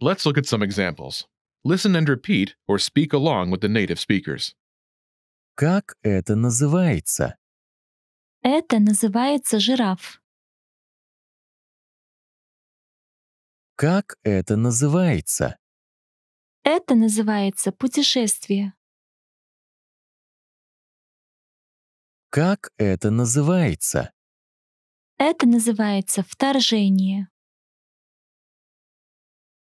Let's look at some examples. Listen and repeat or speak along with the native speakers. Как это называется? Это называется жираф. Как это называется? Это называется путешествие. Как это называется? Это называется вторжение.